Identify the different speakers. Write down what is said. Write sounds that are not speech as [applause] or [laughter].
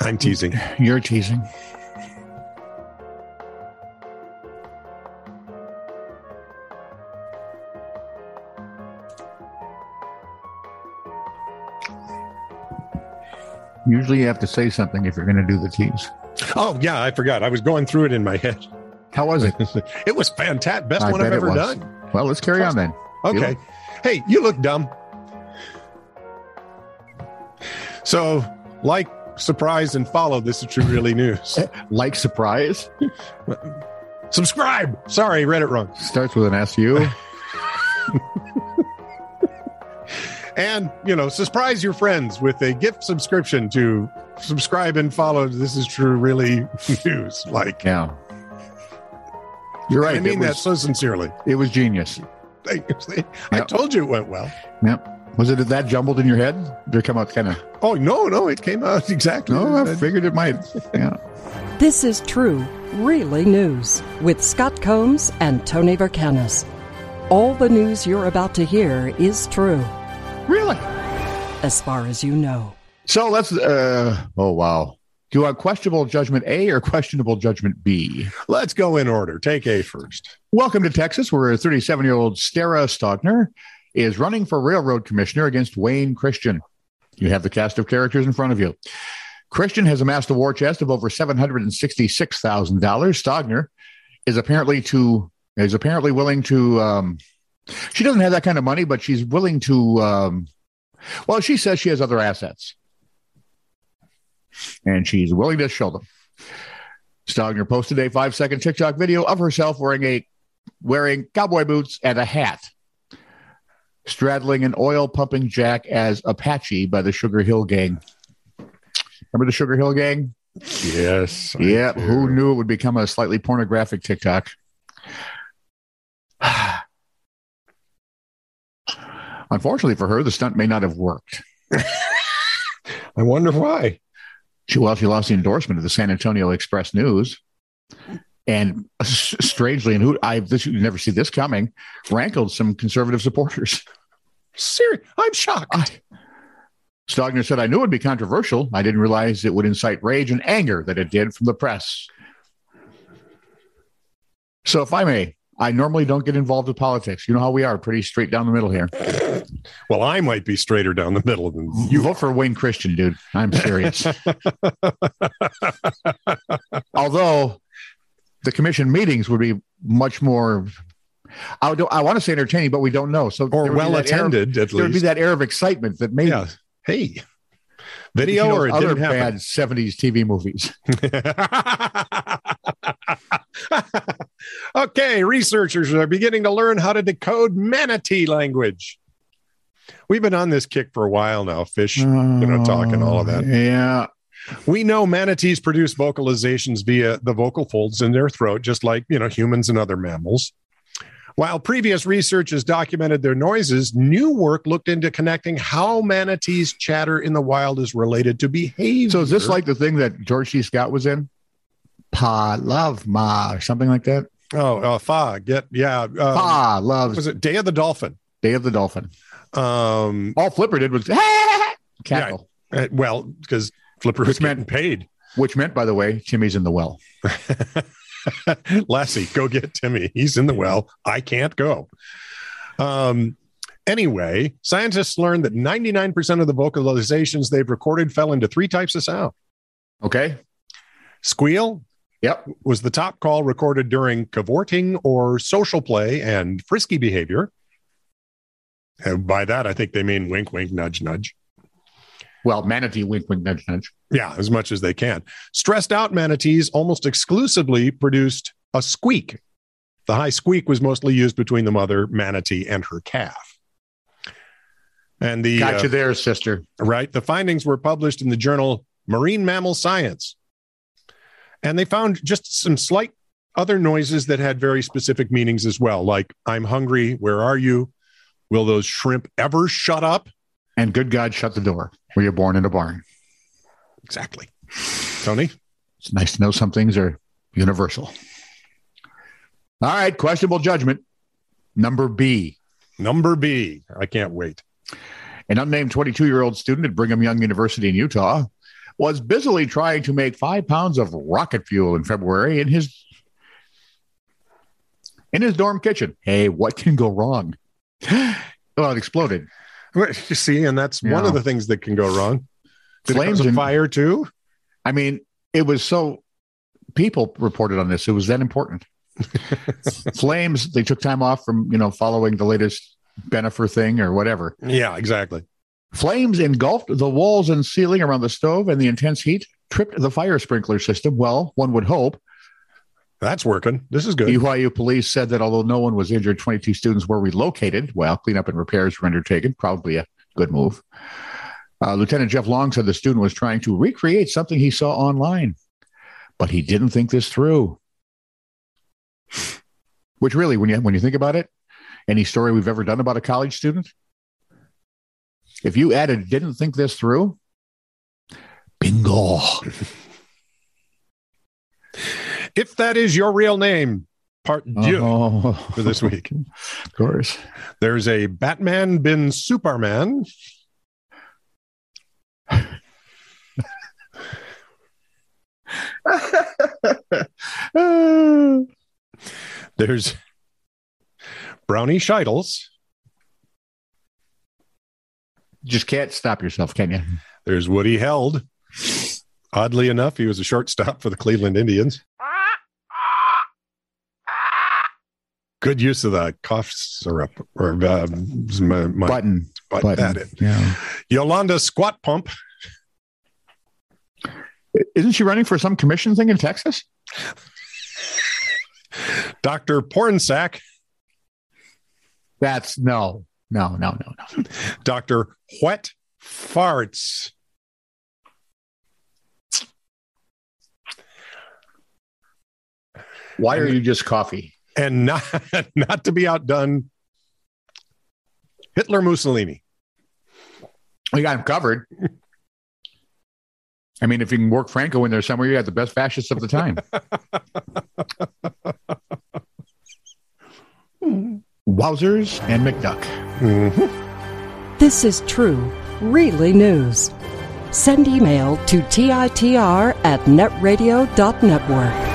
Speaker 1: I'm teasing.
Speaker 2: You're teasing. Usually you have to say something if you're going to do the tease.
Speaker 1: Oh yeah, I forgot. I was going through it in my head. [laughs]
Speaker 2: How was it?
Speaker 1: It was fantastic. Best
Speaker 2: I
Speaker 1: one I've
Speaker 2: bet it
Speaker 1: ever
Speaker 2: was.
Speaker 1: done.
Speaker 2: Well, let's carry on then.
Speaker 1: Okay. Hey, you look dumb. So, like, surprise, and follow. This is true, really
Speaker 2: Eh.
Speaker 1: news.
Speaker 2: Like surprise
Speaker 1: Subscribe. Sorry, read it wrong.
Speaker 2: starts with an
Speaker 1: [laughs]
Speaker 2: SU.
Speaker 1: And, you know, surprise your friends with a gift subscription to subscribe and follow. This is true, really [laughs] news. Like,
Speaker 2: Yeah. You're right.
Speaker 1: I mean
Speaker 2: it,
Speaker 1: that
Speaker 2: was,
Speaker 1: so sincerely. [laughs]
Speaker 2: it was genius.
Speaker 1: I
Speaker 2: Yep.
Speaker 1: told you it went well.
Speaker 2: Yep. Was it that jumbled in your head? Did it come out kind of?
Speaker 1: Oh, no, no, it came out [laughs] exactly.
Speaker 2: No, I figured
Speaker 1: [laughs]
Speaker 2: it might. Yeah.
Speaker 3: This is true, really news with Scott Combs and Tony Vercanis. All the news you're about to hear is true,
Speaker 2: Really?
Speaker 3: as far as you know.
Speaker 2: So let's. uh Oh wow. Do you want questionable judgment A or questionable judgment B?
Speaker 1: Let's go in order. Take A first.
Speaker 2: Welcome to Texas, where 37 year old Stara Stogner is running for railroad commissioner against Wayne Christian. You have the cast of characters in front of you. Christian has amassed a war chest of over $766,000. Stogner is apparently to is apparently willing to um, she doesn't have that kind of money, but she's willing to um, well, she says she has other assets. And she's willing to show them. Stogner posted a five second TikTok video of herself wearing a wearing cowboy boots and a hat, straddling an oil pumping jack as Apache by the Sugar Hill Gang. Remember the Sugar Hill Gang?
Speaker 1: Yes.
Speaker 2: Yeah, who knew it would become a slightly pornographic TikTok? [sighs] Unfortunately for her, the stunt may not have worked.
Speaker 1: I wonder why.
Speaker 2: She well, she lost the endorsement of the San Antonio Express News, and s- strangely, and who I this you never see this coming, rankled some conservative supporters.
Speaker 1: Seri- I'm shocked.
Speaker 2: I, Stogner said, I knew it would be controversial. I didn't realize it would incite rage and anger that it did from the press. So, if I may, I normally don't get involved with politics. You know how we are, pretty straight down the middle here.
Speaker 1: Well, I might be straighter down the middle than
Speaker 2: You
Speaker 1: you.
Speaker 2: vote for Wayne Christian, dude.
Speaker 1: [laughs]
Speaker 2: I'm serious. Although the commission meetings would be much more, I, would, I want to say entertaining, but we don't know. So, there
Speaker 1: Or
Speaker 2: would be
Speaker 1: well
Speaker 2: that air-
Speaker 1: attended, at
Speaker 2: There would be
Speaker 1: least.
Speaker 2: that air of excitement that made
Speaker 1: yeah. Hey, video
Speaker 2: you know,
Speaker 1: or it
Speaker 2: other
Speaker 1: didn't happen.
Speaker 2: bad 70s
Speaker 1: [laughs]
Speaker 2: TV movies.
Speaker 1: [laughs] okay, researchers are beginning to learn how to decode manatee language. We've been on this kick for a while now,
Speaker 2: Hmm.
Speaker 1: fish. know, talk and all of that.
Speaker 2: Yeah.
Speaker 1: We know manatees produce vocalizations via the vocal folds in their throat, just like, you know, humans and other mammals. While previous research has documented their noises, new work looked into connecting how manatees chatter in the wild is related to behavior.
Speaker 2: So is this like the thing that George C. Scott was in? Pa love ma or something like that.
Speaker 1: oh, uh, fa, get, yeah. um,
Speaker 2: pa loves
Speaker 1: was it Day of the Dolphin?
Speaker 2: Day of the Dolphin.
Speaker 1: Um,
Speaker 2: All Flipper did was [laughs] cackle,
Speaker 1: uh, well, because Flipper was
Speaker 2: Which meant-
Speaker 1: getting paid.
Speaker 2: which meant, by the way, Timmy's in the well.
Speaker 1: [laughs] Lassie, go get Timmy. He's in the well. I can't go. Um, anyway, scientists learned that 99% of the vocalizations they've recorded fell into three types of sound.
Speaker 2: Okay.
Speaker 1: Squeal
Speaker 2: Yep.
Speaker 1: was the top call recorded during cavorting or social play and frisky behavior. And by that, I think they mean wink, wink, nudge, nudge.
Speaker 2: Well, manatee wink wink nudge nudge.
Speaker 1: Yeah, as much as they can. Stressed out manatees almost exclusively produced a squeak. The high squeak was mostly used between the mother manatee and her calf. And the
Speaker 2: Got
Speaker 1: uh,
Speaker 2: you there, sister.
Speaker 1: right, the findings were published in the journal Marine Mammal Science. And they found just some slight other noises that had very specific meanings as well, like I'm hungry, where are you? Will those shrimp ever shut up?
Speaker 2: And good God, shut the door. Were you born in a barn?
Speaker 1: Exactly. Tony?
Speaker 2: It's nice to know some things are universal. All right, questionable judgment. Number B.
Speaker 1: Number B. I can't wait.
Speaker 2: An unnamed 22 year old student at Brigham Young University in Utah was busily trying to make five pounds of rocket fuel in February in his in his dorm kitchen. Hey, what can go wrong? [gasps] well, it exploded.
Speaker 1: You see, and that's one
Speaker 2: Yeah.
Speaker 1: of the things that can go wrong. Did it
Speaker 2: Flames
Speaker 1: cause a
Speaker 2: and-
Speaker 1: fire too?
Speaker 2: I mean, it was so people reported on this. It was
Speaker 1: [laughs]
Speaker 2: that important. Flames, they took time off from, you know, following the latest Benefer thing or whatever.
Speaker 1: Yeah, exactly.
Speaker 2: Flames engulfed the walls and ceiling around the stove, and the intense heat tripped the fire sprinkler system. Well, one would hope.
Speaker 1: That's working. This is good.
Speaker 2: BYU E police said that although no one was injured, 22 students were relocated. Well, cleanup and repairs were undertaken. Probably a good move. Uh, Lieutenant Jeff Long said the student was trying to recreate something he saw online, but he didn't think this through. Which really, when you when you think about it, any story we've ever done about a college student, if you added "didn't think this through," bingo.
Speaker 1: if that is your real name, part due
Speaker 2: [laughs] Oh.
Speaker 1: for this week.
Speaker 2: of course.
Speaker 1: There's a Batman bin
Speaker 2: [laughs]
Speaker 1: Superman.
Speaker 2: Ah.
Speaker 1: There's Brownie Scheitels.
Speaker 2: just can't stop yourself, can you?
Speaker 1: There's Woody Held. Oddly enough, he was a shortstop for the Cleveland Indians. Good use of the cough syrup or uh, my, my
Speaker 2: button,
Speaker 1: but
Speaker 2: button.
Speaker 1: that it.
Speaker 2: Yeah.
Speaker 1: Yolanda Squat Pump.
Speaker 2: Isn't she running for some commission thing in Texas?
Speaker 1: Dr. Pornsack.
Speaker 2: That's no, no, no, no, no.
Speaker 1: Dr. Wet Farts.
Speaker 2: Why are you just coffee?
Speaker 1: And [laughs] not, not to be outdone, Hitler Mussolini.
Speaker 2: You got him covered. I mean, if you can work Franco in there somewhere, you got the best fascists of the [laughs] time. Wowzers and McDuck.
Speaker 1: Mhm.
Speaker 3: This is true, really news. Send email to TITR at netradio.network.